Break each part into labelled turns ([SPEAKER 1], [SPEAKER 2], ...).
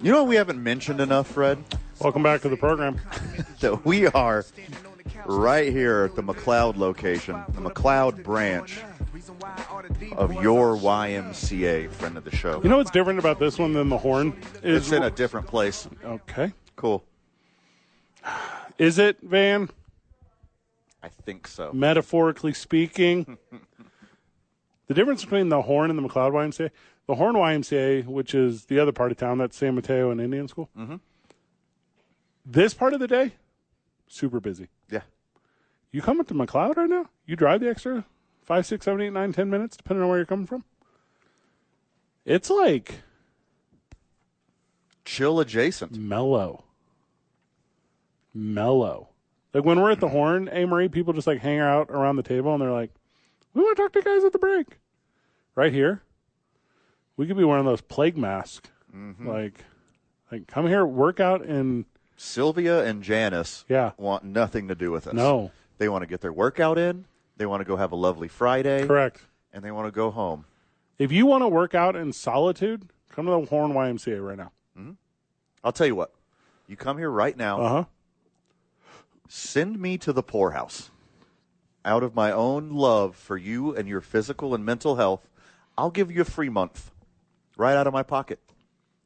[SPEAKER 1] You know what we haven't mentioned enough, Fred?
[SPEAKER 2] Welcome back to the program.
[SPEAKER 1] That we are right here at the McLeod location, the McLeod branch of your YMCA, friend of the show.
[SPEAKER 2] You know what's different about this one than the horn is
[SPEAKER 1] it's in a different place.
[SPEAKER 2] okay.
[SPEAKER 1] Cool.
[SPEAKER 2] Is it Van?
[SPEAKER 1] I think so.
[SPEAKER 2] Metaphorically speaking, the difference between the horn and the McLeod YMCA, the horn YMCA, which is the other part of town, that's San Mateo and Indian School. Mm-hmm. This part of the day, super busy.
[SPEAKER 1] Yeah.
[SPEAKER 2] You come up to McLeod right now? You drive the extra five, six, seven, eight, nine, ten minutes, depending on where you're coming from. It's like
[SPEAKER 1] Chill adjacent.
[SPEAKER 2] mellow. Mellow. Like when we're at the horn, Amory, people just like hang out around the table and they're like, we want to talk to guys at the break. Right here, we could be wearing those plague masks. Like, like come here, work out, and
[SPEAKER 1] Sylvia and Janice
[SPEAKER 2] Yeah.
[SPEAKER 1] want nothing to do with us.
[SPEAKER 2] No.
[SPEAKER 1] They want to get their workout in, they want to go have a lovely Friday,
[SPEAKER 2] correct.
[SPEAKER 1] and they want to go home.
[SPEAKER 2] If you want to work out in solitude, come to the Horn YMCA right now.
[SPEAKER 1] I'll tell you what. You come here right now.
[SPEAKER 2] Uh huh.
[SPEAKER 1] send me to the poorhouse. Out of my own love for you and your physical and mental health, I'll give you a free month right out of my pocket.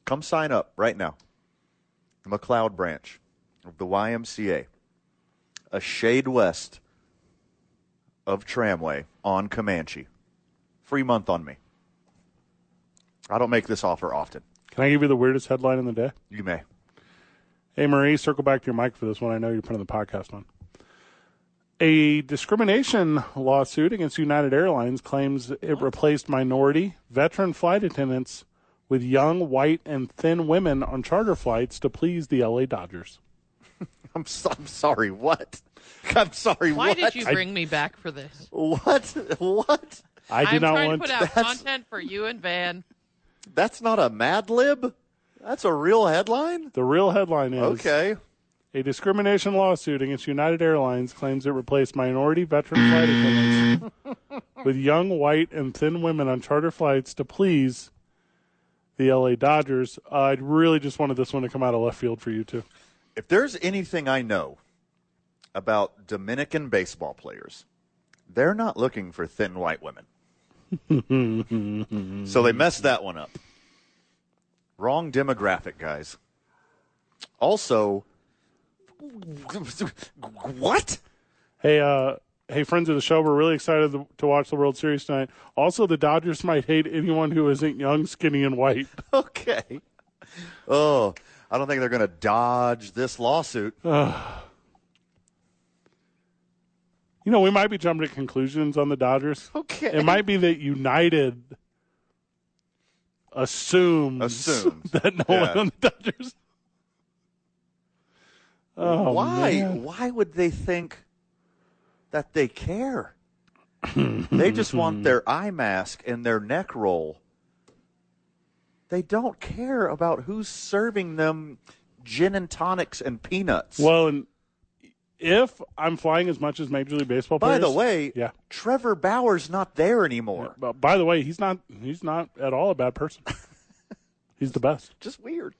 [SPEAKER 1] Come sign up right now. The McLeod branch of the YMCA, a shade west of Tramway on Comanche. Free month on me. I don't make this offer often.
[SPEAKER 2] Can I give you the weirdest headline in the day?
[SPEAKER 1] You may.
[SPEAKER 2] Hey, Marie, circle back to your mic for this one. I know you're putting the podcast on. A discrimination lawsuit against United Airlines claims it replaced minority veteran flight attendants with young, white, and thin women on charter flights to please the LA Dodgers.
[SPEAKER 1] I'm, so, I'm sorry. What? I'm sorry.
[SPEAKER 3] Why
[SPEAKER 1] what?
[SPEAKER 3] did you bring me back for this?
[SPEAKER 1] What? What?
[SPEAKER 2] I do
[SPEAKER 3] I'm
[SPEAKER 2] not
[SPEAKER 3] trying
[SPEAKER 2] want
[SPEAKER 3] to put out
[SPEAKER 1] That's-
[SPEAKER 3] content for you and Van.
[SPEAKER 1] That's not a Mad Lib. That's a real headline.
[SPEAKER 2] the real headline is
[SPEAKER 1] Okay.
[SPEAKER 2] A discrimination lawsuit against United Airlines claims it replaced minority veteran flight attendants with young, white, and thin women on charter flights to please the LA Dodgers. Uh, I really just wanted this one to come out of left field for you two.
[SPEAKER 1] If there's anything I know about Dominican baseball players, they're not looking for thin white women. so they messed that one up. Wrong demographic, guys. Also, what?
[SPEAKER 2] Hey, uh, hey, friends of the show, we're really excited to- to watch the World Series tonight. Also, the Dodgers might hate anyone who isn't young, skinny, and white.
[SPEAKER 1] Okay. Oh, I don't think they're going to dodge this lawsuit.
[SPEAKER 2] You know, we might be jumping to conclusions on the Dodgers.
[SPEAKER 1] Okay.
[SPEAKER 2] It might be that United assumes,
[SPEAKER 1] Assumes.
[SPEAKER 2] that no
[SPEAKER 1] Yeah.
[SPEAKER 2] one on the Dodgers. Oh,
[SPEAKER 1] why
[SPEAKER 2] man.
[SPEAKER 1] why would they think that they care they just want their eye mask and their neck roll they don't care about who's serving them gin and tonics and peanuts
[SPEAKER 2] Well, and if I'm flying as much as Major League Baseball
[SPEAKER 1] by
[SPEAKER 2] players,
[SPEAKER 1] the way
[SPEAKER 2] yeah.
[SPEAKER 1] trevor bauer's not there anymore
[SPEAKER 2] But by the way, he's not he's not at all a bad person. he's the best.
[SPEAKER 1] just weird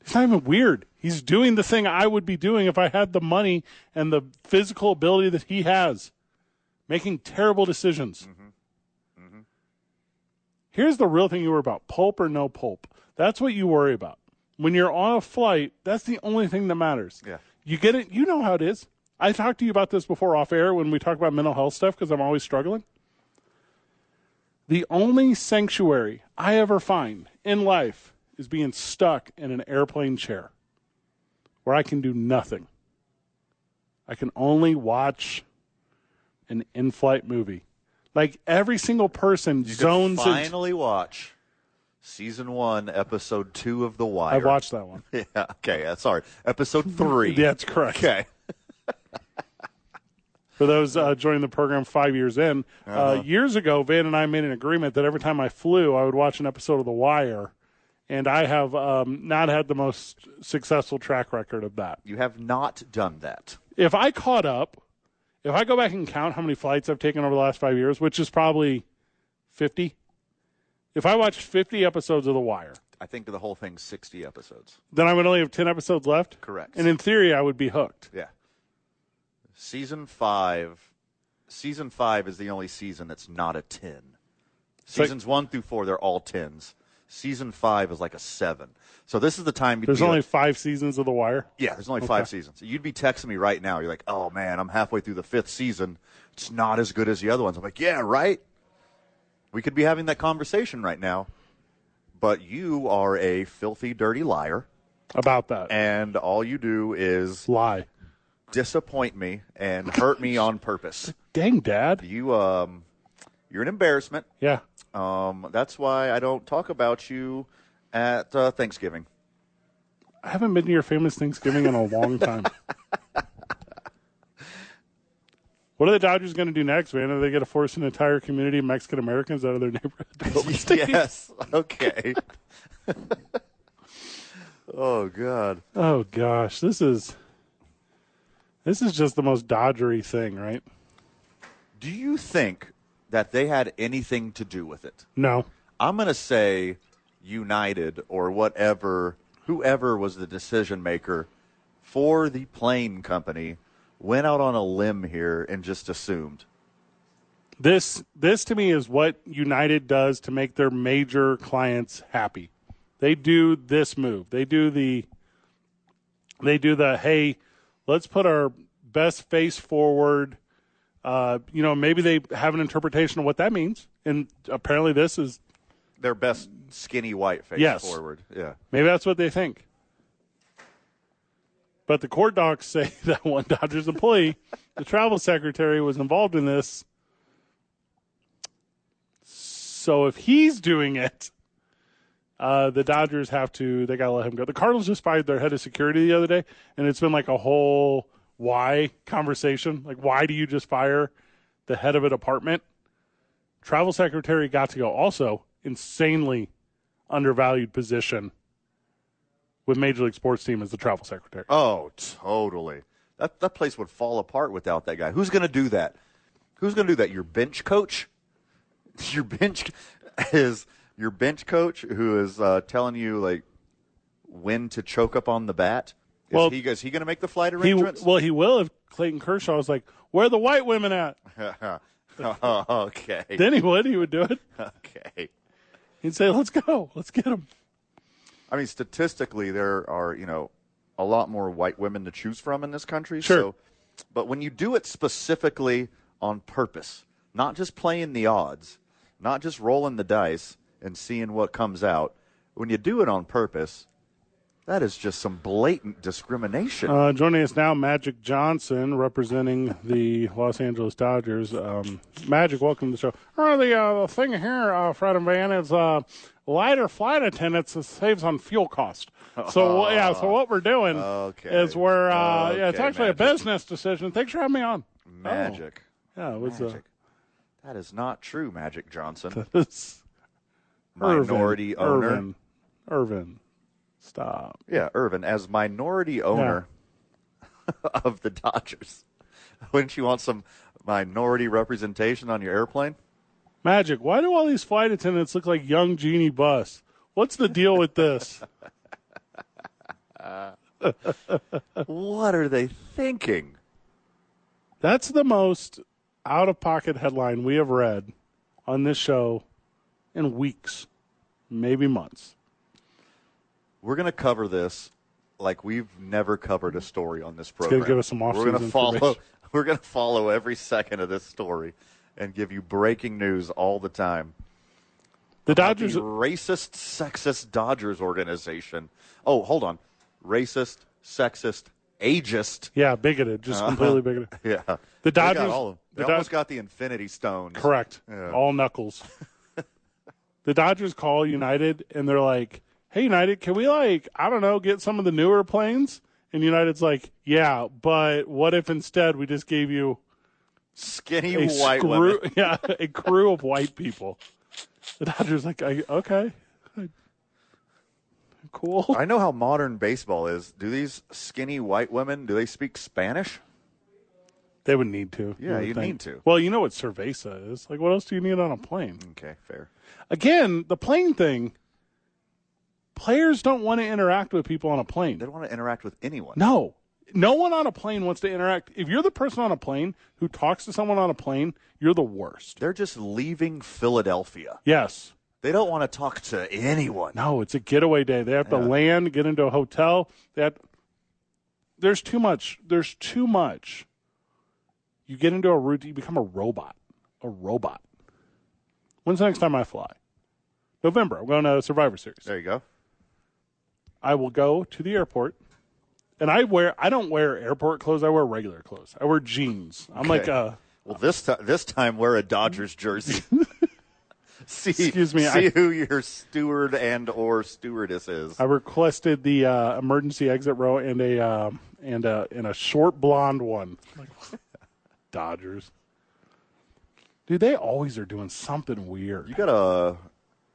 [SPEAKER 2] It's not even weird. He's doing the thing I would be doing if I had the money and the physical ability that he has, making terrible decisions. Here's the real thing you worry about pulp or no pulp. That's what you worry about. When you're on a flight, that's the only thing that matters.
[SPEAKER 1] Yeah.
[SPEAKER 2] You get it. You know how it is. I talked to you about this before off air when we talk about mental health stuff because I'm always struggling. The only sanctuary I ever find in life is being stuck in an airplane chair where I can do nothing. I can only watch an in flight movie. Like every single person
[SPEAKER 1] you
[SPEAKER 2] zones
[SPEAKER 1] could
[SPEAKER 2] in.
[SPEAKER 1] finally watch Season one, episode two of The Wire.
[SPEAKER 2] I watched that one.
[SPEAKER 1] Yeah. Okay. That's hard. Episode three.
[SPEAKER 2] That's correct.
[SPEAKER 1] Okay.
[SPEAKER 2] For those uh, joining the program five years in, uh
[SPEAKER 1] Uh-huh.
[SPEAKER 2] years ago, Van and I made an agreement that every time I flew, I would watch an episode of The Wire, and I have um, not had the most successful track record of that.
[SPEAKER 1] You have not done that.
[SPEAKER 2] If I caught up, if I go back and count how many flights I've taken over the last five years, which is probably fifty, if I watched fifty episodes of The Wire,
[SPEAKER 1] I think the whole thing's 60 episodes.
[SPEAKER 2] then I would only have ten episodes left.
[SPEAKER 1] Correct.
[SPEAKER 2] And in theory, I would be hooked.
[SPEAKER 1] Yeah. Season five. Season five is the only season that's not a ten.
[SPEAKER 2] like-
[SPEAKER 1] Seasons one through four, they're all tens. Season five is like a seven. So this is the time. you'd
[SPEAKER 2] There's
[SPEAKER 1] be
[SPEAKER 2] only
[SPEAKER 1] like-
[SPEAKER 2] five seasons of The Wire.
[SPEAKER 1] yeah. There's only five seasons. You'd be texting me right now. You're like, oh man, I'm halfway through the fifth season. It's not as good as the other ones. I'm like, yeah, right. We could be having that conversation right now, but you are a filthy, dirty liar,
[SPEAKER 2] About that
[SPEAKER 1] and all you do is
[SPEAKER 2] lie.
[SPEAKER 1] disappoint me and hurt me on purpose.
[SPEAKER 2] Dang, Dad.
[SPEAKER 1] You um you're an embarrassment.
[SPEAKER 2] Yeah.
[SPEAKER 1] Um that's why I don't talk about you at uh, Thanksgiving.
[SPEAKER 2] I haven't been to your famous Thanksgiving in a long time. what are the Dodgers going to do next, man? Are they going to force an entire community of Mexican Americans out of their neighborhood? to vote with stickies?
[SPEAKER 1] yes. Okay. oh god.
[SPEAKER 2] Oh gosh, this is this is just the most Dodgery thing, right?
[SPEAKER 1] Do you think that they had anything to do with it?
[SPEAKER 2] No,
[SPEAKER 1] I'm going to say United or whatever, whoever was the decision maker for the plane company went out on a limb here and just assumed
[SPEAKER 2] this this to me is what United does to make their major clients happy. They do this move. They do the they do the hey, let's put our best face forward. Uh, you know, maybe they have an interpretation of what that means, and apparently this is
[SPEAKER 1] their best skinny white face
[SPEAKER 2] Yes.
[SPEAKER 1] forward. Yeah.
[SPEAKER 2] maybe that's what they think. But the court docs say that one Dodgers employee, the travel secretary, was involved in this. So if he's doing it, uh, the Dodgers have to, they got to let him go. The Cardinals just fired their head of security the other day, and it's been like a whole why conversation. Like, why do you just fire the head of a department? Travel secretary got to go. Also, insanely undervalued position with Major League Sports team as the travel secretary.
[SPEAKER 1] Oh, totally. That that place would fall apart without that guy. Who's going to do that? Who's going to do that? Your bench coach? Your bench is your bench coach who is uh, telling you like when to choke up on the bat. Is
[SPEAKER 2] Well,
[SPEAKER 1] he is he going to make the flight
[SPEAKER 2] He
[SPEAKER 1] arrangements?
[SPEAKER 2] well, he will if Clayton Kershaw was like, "Where are the white women at?"
[SPEAKER 1] okay.
[SPEAKER 2] Then he would. He would do it.
[SPEAKER 1] okay.
[SPEAKER 2] He'd say, "Let's go. Let's get them."
[SPEAKER 1] I mean, statistically, there are you know a lot more white women to choose from in this country.
[SPEAKER 2] Sure.
[SPEAKER 1] So, but when you do it specifically on purpose, not just playing the odds, not just rolling the dice and seeing what comes out, when you do it on purpose, that is just some blatant discrimination.
[SPEAKER 2] Uh, joining us now, Magic Johnson, representing the Los Angeles Dodgers. Um, Magic, welcome to the show. Oh, the, uh, the thing here, uh, Fred and Van, is uh, lighter flight attendants that saves on fuel cost. So yeah, so what we're doing
[SPEAKER 1] Ah. Okay.
[SPEAKER 2] is we're uh, yeah, it's
[SPEAKER 1] Okay,
[SPEAKER 2] actually a
[SPEAKER 1] Magic.
[SPEAKER 2] business decision. Thanks for having me on.
[SPEAKER 1] magic,
[SPEAKER 2] Oh, yeah, it was uh,
[SPEAKER 1] magic. that is not true, Magic Johnson.
[SPEAKER 2] It's
[SPEAKER 1] Minority owner.
[SPEAKER 2] Irvin. Irvin. Stop.
[SPEAKER 1] Yeah, Irvin, as minority owner of the Dodgers, wouldn't you want some minority representation on your airplane?
[SPEAKER 2] Magic, why do all these flight attendants look like young Genie Bus? What's the deal with this?
[SPEAKER 1] What are they thinking?
[SPEAKER 2] That's the most out of pocket headline we have read on this show in weeks, maybe months.
[SPEAKER 1] We're going to cover this like we've never covered a story on this
[SPEAKER 2] gonna
[SPEAKER 1] program.
[SPEAKER 2] give us some
[SPEAKER 1] We're gonna
[SPEAKER 2] off-season
[SPEAKER 1] follow.
[SPEAKER 2] information.
[SPEAKER 1] We're going to follow every second of this story and give you breaking news all the time.
[SPEAKER 2] The
[SPEAKER 1] The
[SPEAKER 2] Dodgers
[SPEAKER 1] racist, sexist Dodgers organization. Oh, hold on. Racist, sexist, ageist.
[SPEAKER 2] Yeah, bigoted,
[SPEAKER 1] Uh-huh.
[SPEAKER 2] just completely bigoted.
[SPEAKER 1] Yeah.
[SPEAKER 2] The
[SPEAKER 1] They,
[SPEAKER 2] Dodgers
[SPEAKER 1] got all of them. They
[SPEAKER 2] the
[SPEAKER 1] almost
[SPEAKER 2] Dod-
[SPEAKER 1] got the Infinity Stones.
[SPEAKER 2] correct. All knuckles. the Dodgers call United and they're like, "Hey United, can we like I don't know get some of the newer planes?" And United's like, "Yeah, but what if instead we just gave you
[SPEAKER 1] Skinny
[SPEAKER 2] a
[SPEAKER 1] white
[SPEAKER 2] screw,
[SPEAKER 1] women.
[SPEAKER 2] yeah, a crew of white people?" The Dodgers like, I, "Okay, cool."
[SPEAKER 1] I know how modern baseball is. Do these skinny white women? Do they speak Spanish?
[SPEAKER 2] They would need to.
[SPEAKER 1] Yeah,
[SPEAKER 2] would
[SPEAKER 1] you'd
[SPEAKER 2] think.
[SPEAKER 1] need to.
[SPEAKER 2] Well, you know what cerveza is. Like, what else do you need on a plane?
[SPEAKER 1] Okay, fair.
[SPEAKER 2] Again, the plane thing. Players don't want to interact with people on a plane.
[SPEAKER 1] They don't want to interact with anyone.
[SPEAKER 2] No. No one on a plane wants to interact. If you're the person on a plane who talks to someone on a plane, you're the worst.
[SPEAKER 1] They're just leaving Philadelphia.
[SPEAKER 2] Yes.
[SPEAKER 1] They don't want to talk to anyone.
[SPEAKER 2] No, it's a getaway day. They have to
[SPEAKER 1] Yeah.
[SPEAKER 2] land, get into a hotel. That there's too much. There's too much. You get into a routine, you become a robot. A robot. When's the next time I fly? November. I'm going to Survivor Series.
[SPEAKER 1] There you go.
[SPEAKER 2] I will go to the airport and I wear I don't wear airport clothes, I wear regular clothes. I wear jeans. I'm like uh,
[SPEAKER 1] Okay.
[SPEAKER 2] a
[SPEAKER 1] Well, this time, this time wear a Dodgers jersey. see,
[SPEAKER 2] Excuse me,
[SPEAKER 1] See
[SPEAKER 2] I-
[SPEAKER 1] who your steward and or stewardess is.
[SPEAKER 2] I requested the uh, emergency exit row and a um and a and a short blonde one. Like, Dodgers, dude, they always are doing something weird.
[SPEAKER 1] you got a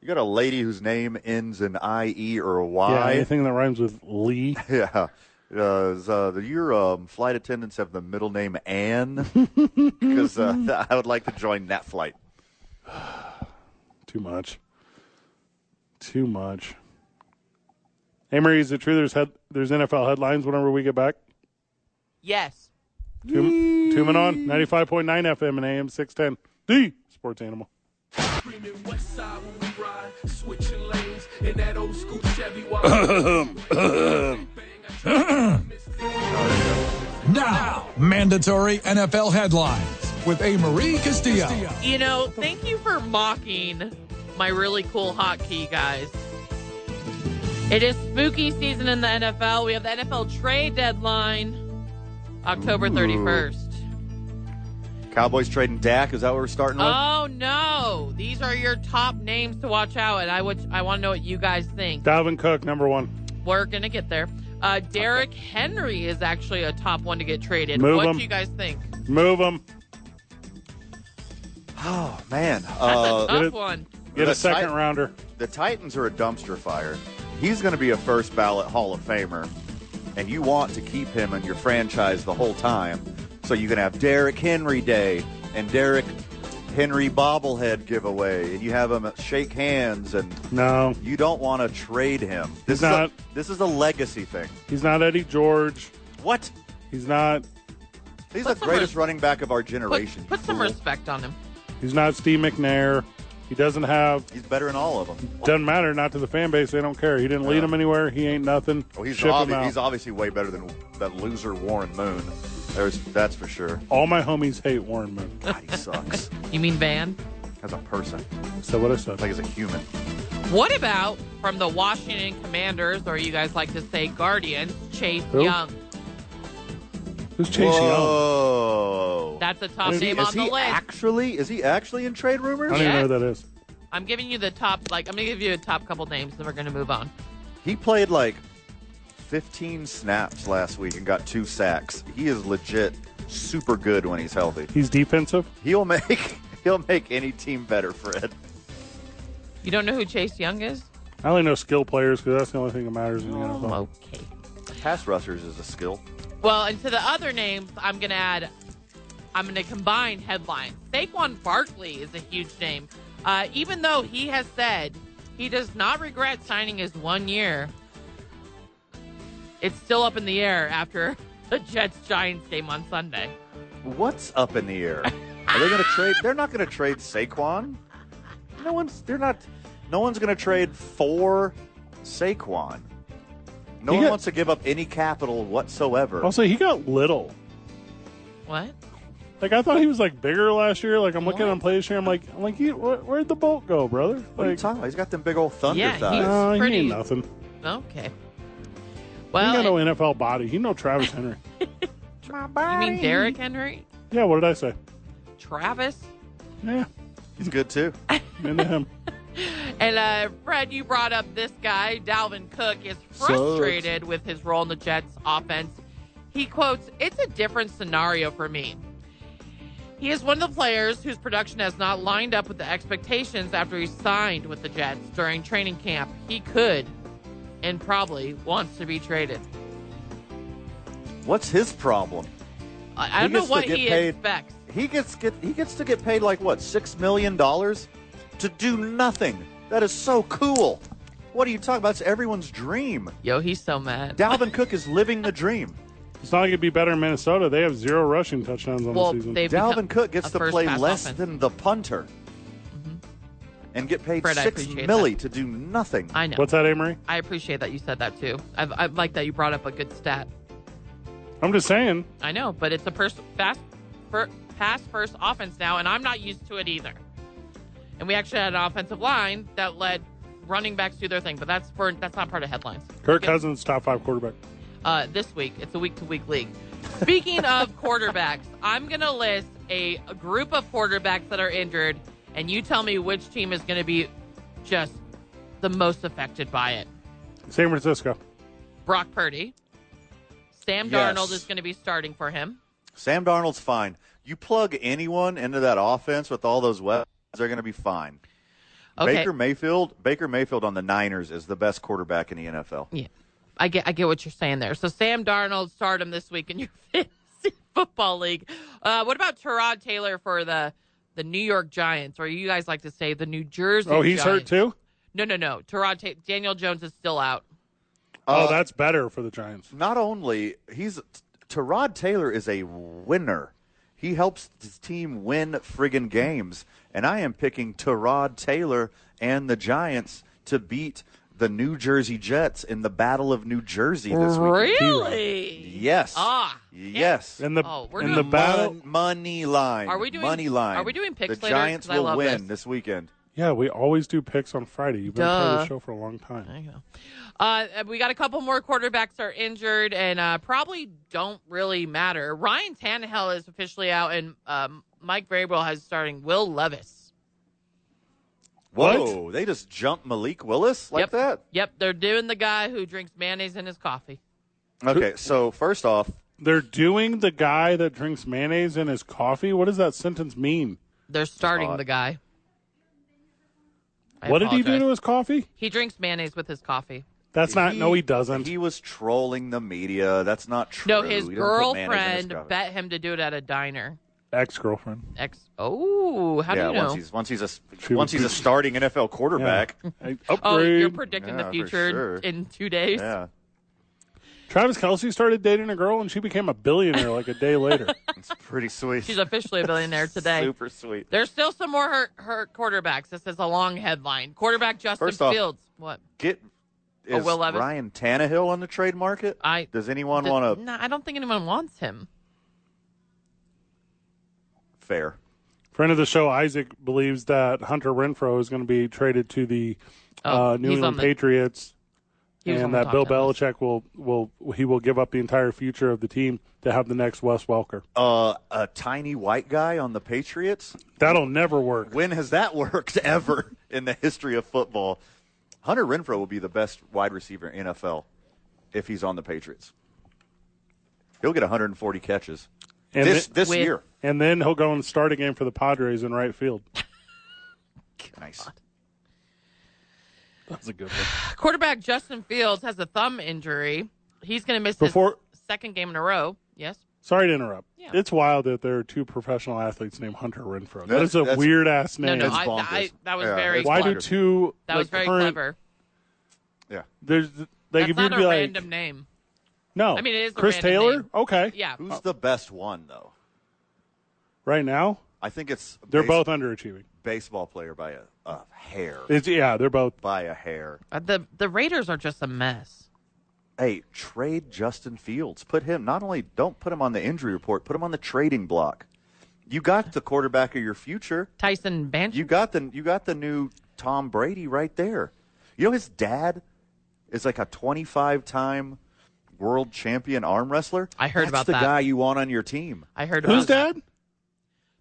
[SPEAKER 1] you got a lady whose name ends in I E or Y.
[SPEAKER 2] yeah, anything that rhymes with Lee.
[SPEAKER 1] Yeah. Uh, is, uh, do your um, flight attendants have the middle name Anne? Because uh, I would like to join that flight.
[SPEAKER 2] Too much. Too much. Hey, Marie, is it true there's head, there's NFL headlines whenever we get back?
[SPEAKER 3] Yes.
[SPEAKER 2] Tune tune in on 95.9 FM and AM 610. The sports animal.
[SPEAKER 4] Screaming west side when we ride, switching lanes in that old school Chevy. While
[SPEAKER 5] Now, mandatory NFL headlines with A. Marie Castillo.
[SPEAKER 3] You know, thank you for mocking my really cool hotkey, guys. It is spooky season in the NFL. We have the NFL trade deadline October 31st.
[SPEAKER 1] Cowboys trading Dak. Is that what we're starting with?
[SPEAKER 3] Oh no! These are your top names to watch out, and I would I want to know what you guys think.
[SPEAKER 2] Dalvin Cook, number one.
[SPEAKER 3] We're gonna get there. Uh, Derek Henry is actually a top one to get traded.
[SPEAKER 2] Move
[SPEAKER 3] what
[SPEAKER 2] him.
[SPEAKER 3] do you guys think?
[SPEAKER 2] Move him.
[SPEAKER 1] oh man,
[SPEAKER 3] That's
[SPEAKER 1] uh,
[SPEAKER 3] a tough
[SPEAKER 2] it-
[SPEAKER 3] one.
[SPEAKER 2] Get a
[SPEAKER 1] That's
[SPEAKER 2] second
[SPEAKER 1] tight.
[SPEAKER 2] rounder.
[SPEAKER 1] the Titans are a dumpster fire. He's going to be a first ballot Hall of Famer, and you want to keep him in your franchise the whole time, so you can have Derrick Henry Day and Derrick Henry bobblehead giveaway, and you have him shake hands, and
[SPEAKER 2] No,
[SPEAKER 1] you don't want to trade him. This
[SPEAKER 2] He's
[SPEAKER 1] is a-
[SPEAKER 2] not-
[SPEAKER 1] this is a legacy thing.
[SPEAKER 2] he's not Eddie George.
[SPEAKER 1] What?
[SPEAKER 2] He's not.
[SPEAKER 1] He's
[SPEAKER 3] Put
[SPEAKER 1] the
[SPEAKER 3] some
[SPEAKER 1] greatest
[SPEAKER 3] res-
[SPEAKER 1] running back of our generation.
[SPEAKER 3] Put, put
[SPEAKER 1] you
[SPEAKER 3] some
[SPEAKER 1] fool.
[SPEAKER 3] respect on him.
[SPEAKER 2] He's not Steve McNair. He doesn't have.
[SPEAKER 1] He's better in all of them.
[SPEAKER 2] Doesn't matter. Not to the fan base. They don't care. He didn't lead them anywhere. He ain't nothing.
[SPEAKER 1] Well, Oh, he's,
[SPEAKER 2] Ship him
[SPEAKER 1] obvi-
[SPEAKER 2] out.
[SPEAKER 1] he's obviously way better than that loser Warren Moon. There's that's for sure.
[SPEAKER 2] All my homies hate Warren Moon.
[SPEAKER 1] God, he sucks
[SPEAKER 3] You mean Van?
[SPEAKER 1] as a person,
[SPEAKER 2] So what I said.
[SPEAKER 1] like as a human.
[SPEAKER 3] What about from the Washington Commanders, or you guys like to say Guardians? Chase
[SPEAKER 2] Who?
[SPEAKER 3] Young.
[SPEAKER 2] Who's Chase Young?
[SPEAKER 1] Whoa.
[SPEAKER 3] That's a top
[SPEAKER 1] is he,
[SPEAKER 3] name
[SPEAKER 1] is
[SPEAKER 3] on
[SPEAKER 1] he
[SPEAKER 3] the list.
[SPEAKER 1] actually is he actually in trade rumors?
[SPEAKER 2] I don't even know
[SPEAKER 3] Yes.
[SPEAKER 2] who that is.
[SPEAKER 3] I'm giving you the top. Like I'm gonna give you a top couple names, then we're gonna move on.
[SPEAKER 1] He played like 15 snaps last week and got two sacks. He is legit super good when he's healthy.
[SPEAKER 2] He's defensive.
[SPEAKER 1] He'll make he'll make any team better, Fred.
[SPEAKER 3] You don't know who Chase Young is?
[SPEAKER 2] I only know skill players because that's the only thing that matters
[SPEAKER 1] Oh,
[SPEAKER 2] in the NFL.
[SPEAKER 3] Okay.
[SPEAKER 1] Pass rushers is a skill.
[SPEAKER 3] Well, and to the other names, I'm going to add, I'm going to combine headlines. Saquon Barkley is a huge name. Uh, even though he has said he does not regret signing his one year, it's still up in the air after the Jets Giants game on Sunday.
[SPEAKER 1] What's up in the air? Are they going to trade? They're not going to trade Saquon. No one's. They're not. No one's going to trade for Saquon. No
[SPEAKER 2] He
[SPEAKER 1] one
[SPEAKER 2] got-
[SPEAKER 1] wants to give up any capital whatsoever.
[SPEAKER 2] Also, he got little.
[SPEAKER 3] What?
[SPEAKER 2] Like I thought he was like bigger last year. Like I'm looking at
[SPEAKER 3] What?
[SPEAKER 2] him play this year. I'm like, I'm like, he, where, where'd the bolt go, brother?
[SPEAKER 1] what are you
[SPEAKER 2] Like,
[SPEAKER 1] talking about? He's got them big old thunder
[SPEAKER 3] Yeah, he-
[SPEAKER 1] thighs.
[SPEAKER 2] no, he
[SPEAKER 3] Pretty-
[SPEAKER 2] ain't nothing.
[SPEAKER 3] Okay.
[SPEAKER 2] He ain't
[SPEAKER 3] Well,
[SPEAKER 2] got no NFL body. He no Travis Henry.
[SPEAKER 3] you mean Derrick Henry?
[SPEAKER 2] yeah, what did I say?
[SPEAKER 3] Travis?
[SPEAKER 2] Yeah,
[SPEAKER 1] He's good too.
[SPEAKER 2] I'm into him.
[SPEAKER 3] And uh, Fred, you brought up this guy, Dalvin Cook, is frustrated with his role in the Jets offense. He quotes, It's a different scenario for me. He is one of the players whose production has not lined up with the expectations after he signed with the Jets during training camp. He could and probably wants to be traded.
[SPEAKER 1] What's his problem?
[SPEAKER 3] I, I
[SPEAKER 1] He
[SPEAKER 3] don't know
[SPEAKER 1] gets to
[SPEAKER 3] what
[SPEAKER 1] get
[SPEAKER 3] he
[SPEAKER 1] paid.
[SPEAKER 3] expects.
[SPEAKER 1] He gets get he gets to get paid like what six million dollars to do nothing. That is so cool. What are you talking about? It's everyone's dream.
[SPEAKER 3] Yo, he's so mad.
[SPEAKER 1] Dalvin Cook is living the dream.
[SPEAKER 2] It's not like it'd be better in Minnesota. They have zero rushing touchdowns on
[SPEAKER 3] well,
[SPEAKER 2] the season.
[SPEAKER 3] they've become
[SPEAKER 1] Dalvin Cook
[SPEAKER 3] a
[SPEAKER 1] gets to
[SPEAKER 3] first
[SPEAKER 1] play
[SPEAKER 3] pass
[SPEAKER 1] less
[SPEAKER 3] offense. Mm-hmm.
[SPEAKER 1] than the punter and get paid
[SPEAKER 3] Fred, I
[SPEAKER 1] six
[SPEAKER 3] appreciate
[SPEAKER 1] milli to do nothing.
[SPEAKER 3] I know.
[SPEAKER 2] What's that, Amory?
[SPEAKER 3] I appreciate that you said that too. I've, I like that you brought up a good stat.
[SPEAKER 2] I'm just saying.
[SPEAKER 3] I know, but it's a pers- fast, fir- pass first offense now, and I'm not used to it either. And we actually had an offensive line that led running backs to their thing, but that's for that's not part of headlines.
[SPEAKER 2] Kirk
[SPEAKER 3] Okay.
[SPEAKER 2] Cousins, top five quarterback.
[SPEAKER 3] uh, this week. It's a week to week league. Speaking of quarterbacks, I'm going to list a, a group of quarterbacks that are injured, and you tell me which team is going to be just the most affected by it.
[SPEAKER 2] San Francisco.
[SPEAKER 3] Brock Purdy. Sam
[SPEAKER 1] Yes.
[SPEAKER 3] Darnold is going to be starting for him.
[SPEAKER 1] Sam Darnold's fine. You plug anyone into that offense with all those weapons, they're going to be fine.
[SPEAKER 3] Okay.
[SPEAKER 1] Baker Mayfield, Baker Mayfield on the Niners is the best quarterback in the NFL.
[SPEAKER 3] Yeah. I get I get what you're saying there. So Sam Darnold start him this week in your fantasy football league. Uh, what about Terod Taylor for the the New York Giants, or you guys like to say the New Jersey?
[SPEAKER 2] Oh, he's
[SPEAKER 3] Giants?
[SPEAKER 2] hurt too?
[SPEAKER 3] No, no, no. Terod Ta- Daniel Jones is still out.
[SPEAKER 1] Uh,
[SPEAKER 2] oh, that's better for the Giants.
[SPEAKER 1] Not only he's Terod Taylor is a winner. He helps his team win friggin' games, and I am picking Terod Taylor and the Giants to beat the New Jersey Jets in the Battle of New Jersey this week.
[SPEAKER 3] Really?
[SPEAKER 1] Yes.
[SPEAKER 3] Ah,
[SPEAKER 1] Yes.
[SPEAKER 2] And the
[SPEAKER 3] Oh, we're
[SPEAKER 2] and the
[SPEAKER 3] doing-
[SPEAKER 2] battle.
[SPEAKER 1] Mon- money line.
[SPEAKER 3] Are we doing-
[SPEAKER 1] money line?
[SPEAKER 3] are we doing picks
[SPEAKER 1] The
[SPEAKER 3] later?
[SPEAKER 1] Giants
[SPEAKER 3] 'Cause I
[SPEAKER 1] will
[SPEAKER 3] love
[SPEAKER 1] win
[SPEAKER 3] this.
[SPEAKER 1] this weekend.
[SPEAKER 2] Yeah, we always do picks on Friday. You've been part of
[SPEAKER 3] Duh.
[SPEAKER 2] the show for a long time.
[SPEAKER 3] I know. Uh, we got a couple more quarterbacks are injured and uh, probably don't really matter. Ryan Tannehill is officially out, and um, Mike Vrabel has starting Will Levis.
[SPEAKER 2] What?
[SPEAKER 1] Whoa! They just jumped Malik Willis like
[SPEAKER 3] yep.
[SPEAKER 1] that.
[SPEAKER 3] Yep, they're doing the guy who drinks mayonnaise in his coffee.
[SPEAKER 1] Okay, so first off,
[SPEAKER 2] They're doing the guy that drinks mayonnaise in his coffee. What does that sentence mean?
[SPEAKER 3] They're starting
[SPEAKER 1] odd.
[SPEAKER 3] the guy. I
[SPEAKER 2] what did he do
[SPEAKER 3] apologize.
[SPEAKER 2] to his coffee?
[SPEAKER 3] He drinks mayonnaise with his coffee.
[SPEAKER 2] That's not. no, he doesn't.
[SPEAKER 1] He was trolling the media. That's not true.
[SPEAKER 3] No, his
[SPEAKER 1] He doesn't put mayonnaise in
[SPEAKER 3] girlfriend
[SPEAKER 1] his coffee.
[SPEAKER 3] bet him to do it at a diner.
[SPEAKER 2] Ex girlfriend.
[SPEAKER 3] Ex. Oh, how
[SPEAKER 1] yeah,
[SPEAKER 3] do you know?
[SPEAKER 1] once he's once he's a
[SPEAKER 2] She
[SPEAKER 1] once
[SPEAKER 2] was
[SPEAKER 1] he's a
[SPEAKER 2] beat-
[SPEAKER 1] starting NFL quarterback.
[SPEAKER 2] Upgrade.
[SPEAKER 3] Oh, you're predicting
[SPEAKER 1] Yeah,
[SPEAKER 3] the
[SPEAKER 1] for
[SPEAKER 3] future
[SPEAKER 1] sure.
[SPEAKER 3] in two days.
[SPEAKER 1] Yeah,
[SPEAKER 2] Travis Kelsey started dating a girl and she became a billionaire like a day later.
[SPEAKER 1] it's pretty sweet.
[SPEAKER 3] She's officially a billionaire today.
[SPEAKER 1] Super sweet.
[SPEAKER 3] There's still some more hurt, hurt quarterbacks. This is a long headline. Quarterback Justin
[SPEAKER 1] First off-
[SPEAKER 3] Fields. What?
[SPEAKER 1] Get is
[SPEAKER 3] Will Levis.
[SPEAKER 1] Ryan Tannehill on the trade market?
[SPEAKER 3] I-
[SPEAKER 1] Does anyone
[SPEAKER 3] Does-
[SPEAKER 1] want to
[SPEAKER 3] No, I don't think anyone wants him.
[SPEAKER 1] fair?
[SPEAKER 2] Friend of the show, Isaac believes that Hunter Renfro is going to be traded to the
[SPEAKER 3] Oh,
[SPEAKER 2] uh, New
[SPEAKER 3] he's on
[SPEAKER 2] England
[SPEAKER 3] the-
[SPEAKER 2] Patriots,
[SPEAKER 3] He was on
[SPEAKER 2] and
[SPEAKER 3] the
[SPEAKER 2] that
[SPEAKER 3] top
[SPEAKER 2] Bill
[SPEAKER 3] 10 list.
[SPEAKER 2] Belichick will will he will give up the entire future of the team to have the next Wes Welker.
[SPEAKER 1] Uh, a tiny white guy on the Patriots?
[SPEAKER 2] That'll never work.
[SPEAKER 1] When has that worked ever in the history of football? Hunter Renfro will be the best wide receiver in NFL if he's on the Patriots. He'll get 140 catches
[SPEAKER 2] And,
[SPEAKER 1] this
[SPEAKER 2] then,
[SPEAKER 1] this
[SPEAKER 3] With-
[SPEAKER 1] year.
[SPEAKER 2] and then he'll go and start a game for the Padres in right field.
[SPEAKER 1] Nice.
[SPEAKER 2] That's a good one.
[SPEAKER 3] Quarterback Justin Fields has a thumb injury. He's going to miss
[SPEAKER 2] Before-
[SPEAKER 3] his second game in a row. Yes.
[SPEAKER 2] Sorry to interrupt.
[SPEAKER 3] Yeah.
[SPEAKER 2] It's wild that there are two professional athletes named Hunter Renfro. That
[SPEAKER 1] That's-
[SPEAKER 2] is a
[SPEAKER 1] that's-
[SPEAKER 2] weird ass
[SPEAKER 3] No,
[SPEAKER 2] name.
[SPEAKER 3] no.
[SPEAKER 1] That's
[SPEAKER 3] I, I,
[SPEAKER 1] bonkers.
[SPEAKER 3] that was
[SPEAKER 1] Yeah,
[SPEAKER 3] very.
[SPEAKER 1] it's
[SPEAKER 2] Why do
[SPEAKER 3] clever.
[SPEAKER 2] two
[SPEAKER 3] That
[SPEAKER 2] like,
[SPEAKER 3] was very
[SPEAKER 2] current-
[SPEAKER 3] clever.
[SPEAKER 1] Yeah.
[SPEAKER 2] There's like
[SPEAKER 3] That's
[SPEAKER 2] if you'd
[SPEAKER 3] not
[SPEAKER 2] be
[SPEAKER 3] a
[SPEAKER 2] like
[SPEAKER 3] random name.
[SPEAKER 2] no.
[SPEAKER 3] I mean, it is a
[SPEAKER 2] Chris
[SPEAKER 3] random
[SPEAKER 2] Taylor.
[SPEAKER 3] name.
[SPEAKER 2] Okay.
[SPEAKER 3] Yeah.
[SPEAKER 1] Who's the best one though?
[SPEAKER 2] Right now
[SPEAKER 1] I think it's
[SPEAKER 2] they're
[SPEAKER 1] base-
[SPEAKER 2] both underachieving.
[SPEAKER 1] baseball player by a, a hair.
[SPEAKER 2] It's yeah, they're both.
[SPEAKER 1] by a hair.
[SPEAKER 3] Uh, The the Raiders are just a mess.
[SPEAKER 1] Hey, trade Justin Fields. Put him not only don't put him on the injury report, put him on the trading block. You got the quarterback of your future.
[SPEAKER 3] Tyson Banshee.
[SPEAKER 1] You got the you got the new Tom Brady right there. You know his dad is like a 25 time world champion arm wrestler.
[SPEAKER 3] I heard
[SPEAKER 1] That's
[SPEAKER 3] about
[SPEAKER 1] the
[SPEAKER 3] that.
[SPEAKER 1] guy you want on your team.
[SPEAKER 3] I heard about
[SPEAKER 2] Who's
[SPEAKER 3] that.
[SPEAKER 2] dad?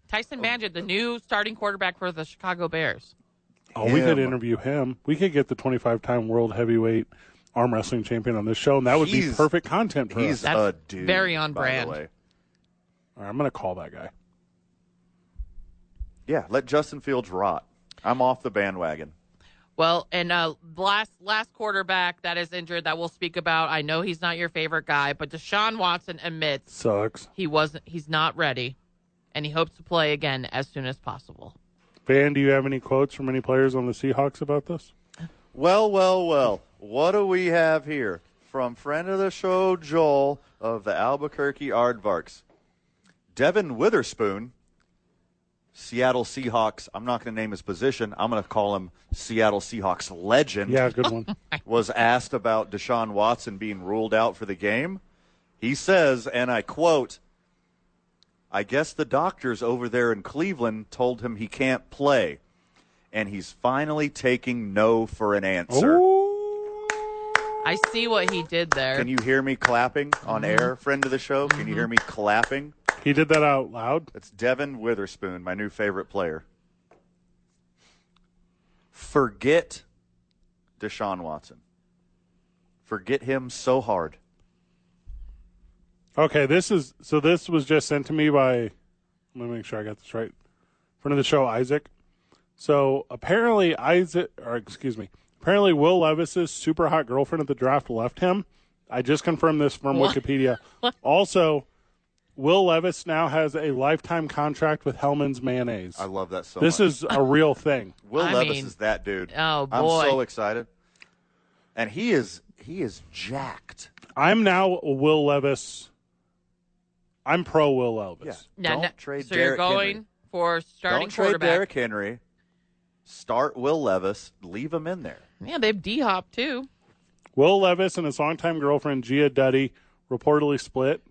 [SPEAKER 3] Tyson Badgett, the new starting quarterback for the Chicago Bears.
[SPEAKER 2] Oh, we could
[SPEAKER 1] him.
[SPEAKER 2] interview him. We could get the 25 time world heavyweight arm wrestling champion on this show, and that would be
[SPEAKER 1] He's-
[SPEAKER 2] perfect content for
[SPEAKER 1] He's
[SPEAKER 2] us.
[SPEAKER 3] That's
[SPEAKER 1] a dude.
[SPEAKER 3] very on
[SPEAKER 1] by the
[SPEAKER 3] brand.
[SPEAKER 1] way.
[SPEAKER 2] All right, I'm going to call that guy.
[SPEAKER 1] Yeah, let Justin Fields rot. I'm off the bandwagon.
[SPEAKER 3] Well, and uh, last last quarterback that is injured that we'll speak about. I know he's not your favorite guy, but Deshaun Watson admits
[SPEAKER 2] Sucks.
[SPEAKER 3] he wasn't. He's not ready, and he hopes to play again as soon as possible.
[SPEAKER 2] Van, do you have any quotes from any players on the Seahawks about this?
[SPEAKER 1] Well, well, well. What do we have here? From friend of the show, Joel of the Albuquerque Aardvarks. Devin Witherspoon, Seattle Seahawks. I'm not going to name his position. I'm going to call him Seattle Seahawks legend.
[SPEAKER 2] Yeah, good one.
[SPEAKER 1] was asked about Deshaun Watson being ruled out for the game, he says, and I quote, I guess the doctors over there in Cleveland told him he can't play, and he's finally taking no for an answer.
[SPEAKER 3] I see what he did there.
[SPEAKER 1] Can you hear me clapping on
[SPEAKER 2] Mm-hmm.
[SPEAKER 1] air, friend of the show? Can you hear me clapping?
[SPEAKER 2] he did that out loud.
[SPEAKER 1] That's Devin Witherspoon, my new favorite player. Forget Deshaun Watson. Forget him so hard.
[SPEAKER 2] Okay, this is so. This was just sent to me by. Let me make sure I got this right. Friend of the show, Isaac. So apparently, Isaac, or excuse me, apparently Will Levis's super hot girlfriend at the draft left him. I just confirmed this from Wikipedia. Also, Will Levis now has a lifetime contract with Hellman's Mayonnaise.
[SPEAKER 1] I love that so much.
[SPEAKER 2] this is a real thing.
[SPEAKER 1] Will
[SPEAKER 3] I
[SPEAKER 1] Levis
[SPEAKER 3] mean-
[SPEAKER 1] is that dude.
[SPEAKER 3] Oh,
[SPEAKER 1] I'm so
[SPEAKER 3] boy.
[SPEAKER 1] excited. And he is he is jacked.
[SPEAKER 2] I'm now a Will Levis. I'm pro Will Levis.
[SPEAKER 3] No,
[SPEAKER 1] Don't
[SPEAKER 3] no.
[SPEAKER 1] trade
[SPEAKER 3] so
[SPEAKER 1] Derrick
[SPEAKER 3] you're going
[SPEAKER 1] Henry.
[SPEAKER 3] for starting
[SPEAKER 1] Don't trade
[SPEAKER 3] quarterback.
[SPEAKER 1] Derrick Henry. Start Will Levis. Leave him in there.
[SPEAKER 3] Yeah, they have D Hop too.
[SPEAKER 2] Will Levis and his longtime girlfriend Gia Duddy reportedly split.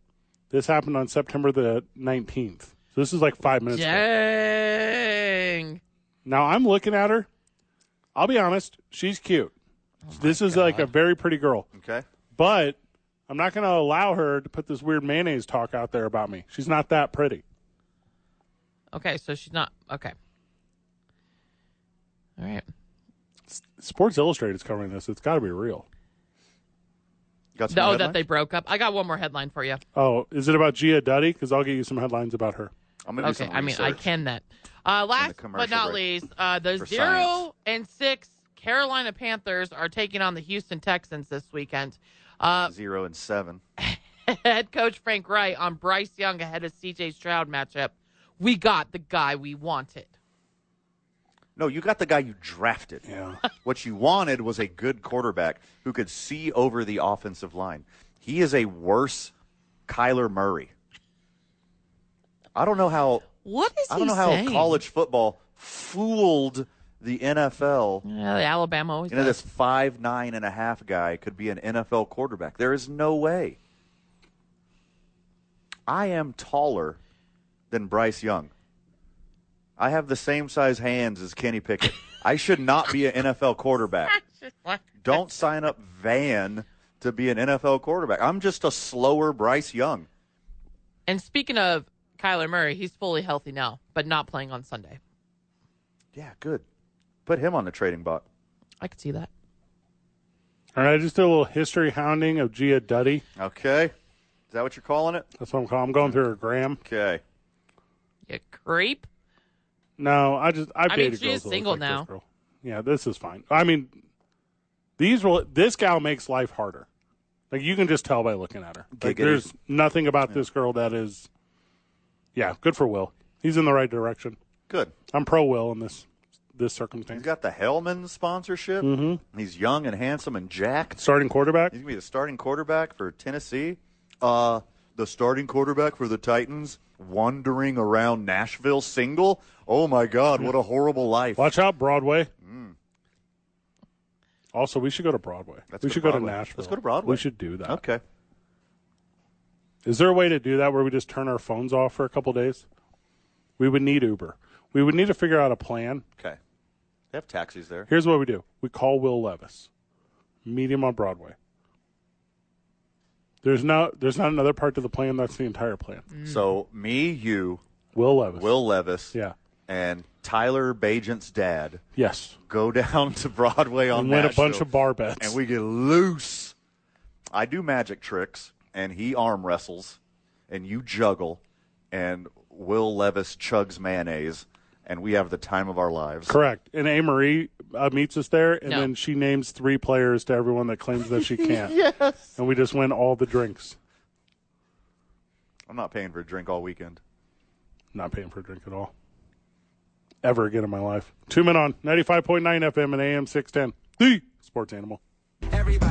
[SPEAKER 2] This happened on September the 19th. So this is like five minutes ago.
[SPEAKER 3] Dang.
[SPEAKER 2] Now I'm looking at her. I'll be honest, she's cute. this is like a very pretty girl.
[SPEAKER 1] Okay.
[SPEAKER 2] But I'm not going to allow her to put this weird mayonnaise talk out there about me. She's not that pretty.
[SPEAKER 3] Okay, so she's not okay. All right.
[SPEAKER 2] Sports Illustrated's covering this. It's got to be real.
[SPEAKER 1] Got some
[SPEAKER 3] Oh,
[SPEAKER 1] headlines?
[SPEAKER 3] that they broke up. I got one more headline for you.
[SPEAKER 2] Oh, is it about Gia Duddy? Because I'll get you some headlines about her.
[SPEAKER 1] I'm gonna do
[SPEAKER 3] Okay,
[SPEAKER 1] some
[SPEAKER 3] I mean I
[SPEAKER 1] research.
[SPEAKER 3] can that. Uh, last but
[SPEAKER 1] commercial
[SPEAKER 3] not
[SPEAKER 1] break
[SPEAKER 3] least, uh, the
[SPEAKER 1] for
[SPEAKER 3] zero
[SPEAKER 1] science.
[SPEAKER 3] and six Carolina Panthers are taking on the Houston Texans this weekend. Uh,
[SPEAKER 1] zero and seven.
[SPEAKER 3] head coach Frank Wright on Bryce Young ahead of C.J. Stroud matchup. We got the guy we wanted.
[SPEAKER 1] No, you got the guy you drafted.
[SPEAKER 2] Yeah.
[SPEAKER 1] what you wanted was a good quarterback who could see over the offensive line. He is a worse Kyler Murray. I don't know how
[SPEAKER 3] What is
[SPEAKER 1] I don't
[SPEAKER 3] he
[SPEAKER 1] know how
[SPEAKER 3] saying?
[SPEAKER 1] college football fooled the NFL.
[SPEAKER 3] Yeah, the Alabama always.
[SPEAKER 1] You know,
[SPEAKER 3] does.
[SPEAKER 1] this five nine and a half guy could be an NFL quarterback. There is no way. I am taller than Bryce Young. I have the same size hands as Kenny Pickett. I should not be an NFL quarterback. Don't sign up Van to be an NFL quarterback. I'm just a slower Bryce Young.
[SPEAKER 3] And speaking of Kyler Murray, he's fully healthy now, but not playing on Sunday.
[SPEAKER 1] Yeah, good. Put him on the trading bot.
[SPEAKER 3] I could see that.
[SPEAKER 2] All right, I just did a little history hounding of Gia Duddy.
[SPEAKER 1] Okay. Is that what you're calling it?
[SPEAKER 2] That's what I'm calling. I'm going through her gram.
[SPEAKER 1] Okay.
[SPEAKER 3] You creep.
[SPEAKER 2] No, I just I've
[SPEAKER 3] I mean,
[SPEAKER 2] dated
[SPEAKER 3] she
[SPEAKER 2] girls
[SPEAKER 3] is
[SPEAKER 2] that look
[SPEAKER 3] single
[SPEAKER 2] like this
[SPEAKER 3] now.
[SPEAKER 2] girl. Yeah, this is fine. I mean, these will this gal makes life harder. Like you can just tell by looking at her. Like
[SPEAKER 1] Giggity.
[SPEAKER 2] there's nothing about this girl that is. Yeah, good for Will. He's in the right direction.
[SPEAKER 1] Good.
[SPEAKER 2] I'm pro Will in this this
[SPEAKER 1] He's
[SPEAKER 2] circumstance.
[SPEAKER 1] got the Hellman sponsorship. Mm-hmm. He's young and handsome and jacked.
[SPEAKER 2] Starting quarterback.
[SPEAKER 1] He's gonna be the starting quarterback for Tennessee. Uh, the starting quarterback for the Titans, wandering around Nashville single. Oh my God, what a horrible life!
[SPEAKER 2] Watch out, Broadway.
[SPEAKER 1] Mm.
[SPEAKER 2] Also, we should go to Broadway.
[SPEAKER 1] Let's go
[SPEAKER 2] we
[SPEAKER 1] to
[SPEAKER 2] should go
[SPEAKER 1] Broadway.
[SPEAKER 2] to Nashville.
[SPEAKER 1] Let's go to Broadway.
[SPEAKER 2] We should do that. Is
[SPEAKER 1] Okay,
[SPEAKER 2] there a way to do that where we just turn our phones off for a couple days? We would need Uber. We would need to figure out a plan.
[SPEAKER 1] okay. They have taxis there.
[SPEAKER 2] Here's what we do. We call Will Levis. Meet him on Broadway. There's no there's not another part to the plan, that's the entire plan.
[SPEAKER 1] So me, you,
[SPEAKER 2] Will Levis.
[SPEAKER 1] Will Levis,
[SPEAKER 2] Yeah.
[SPEAKER 1] and Tyler Bajent's dad
[SPEAKER 2] Yes.
[SPEAKER 1] go down to Broadway on
[SPEAKER 2] And win a bunch
[SPEAKER 1] Nashville,
[SPEAKER 2] of bar bets.
[SPEAKER 1] and we get loose. I do magic tricks, and he arm wrestles, and you juggle, and Will Levis chugs mayonnaise, and we have the time of our lives.
[SPEAKER 2] Correct. And A. Marie uh, meets us there, and
[SPEAKER 3] No.
[SPEAKER 2] then she names three players to everyone that claims that she can't. yes. And we just win all the drinks.
[SPEAKER 1] I'm not paying for a drink all weekend.
[SPEAKER 2] Not paying for a drink at all. Ever again in my life. Two men on 95.9 FM and AM 610. The sports animal.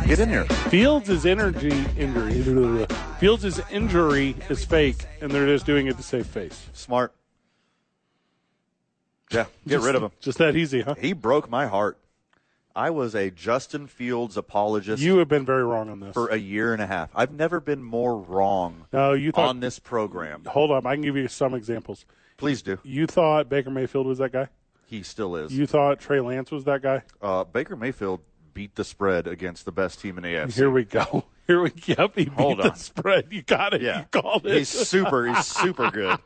[SPEAKER 1] Get in there.
[SPEAKER 2] Fields' is energy injury. Fields' is injury is fake, and they're just doing it to save face.
[SPEAKER 1] Smart. Yeah, get rid of him.
[SPEAKER 2] Just that easy, huh?
[SPEAKER 1] He broke my heart. I was a Justin Fields apologist
[SPEAKER 2] You have been very wrong on this.
[SPEAKER 1] for a year and a half. I've never been more wrong
[SPEAKER 2] No, you thought.
[SPEAKER 1] on this program.
[SPEAKER 2] hold up, I can give you some examples.
[SPEAKER 1] Please do.
[SPEAKER 2] You thought Baker Mayfield was that guy.
[SPEAKER 1] He still is.
[SPEAKER 2] You thought Trey Lance was that guy.
[SPEAKER 1] Uh, Baker Mayfield beat the spread against the best team in the AFC.
[SPEAKER 2] Here we go. Here we yep. He beat
[SPEAKER 1] Hold
[SPEAKER 2] the
[SPEAKER 1] on.
[SPEAKER 2] spread. You got it.
[SPEAKER 1] yeah,
[SPEAKER 2] You called it.
[SPEAKER 1] he's super. He's super good.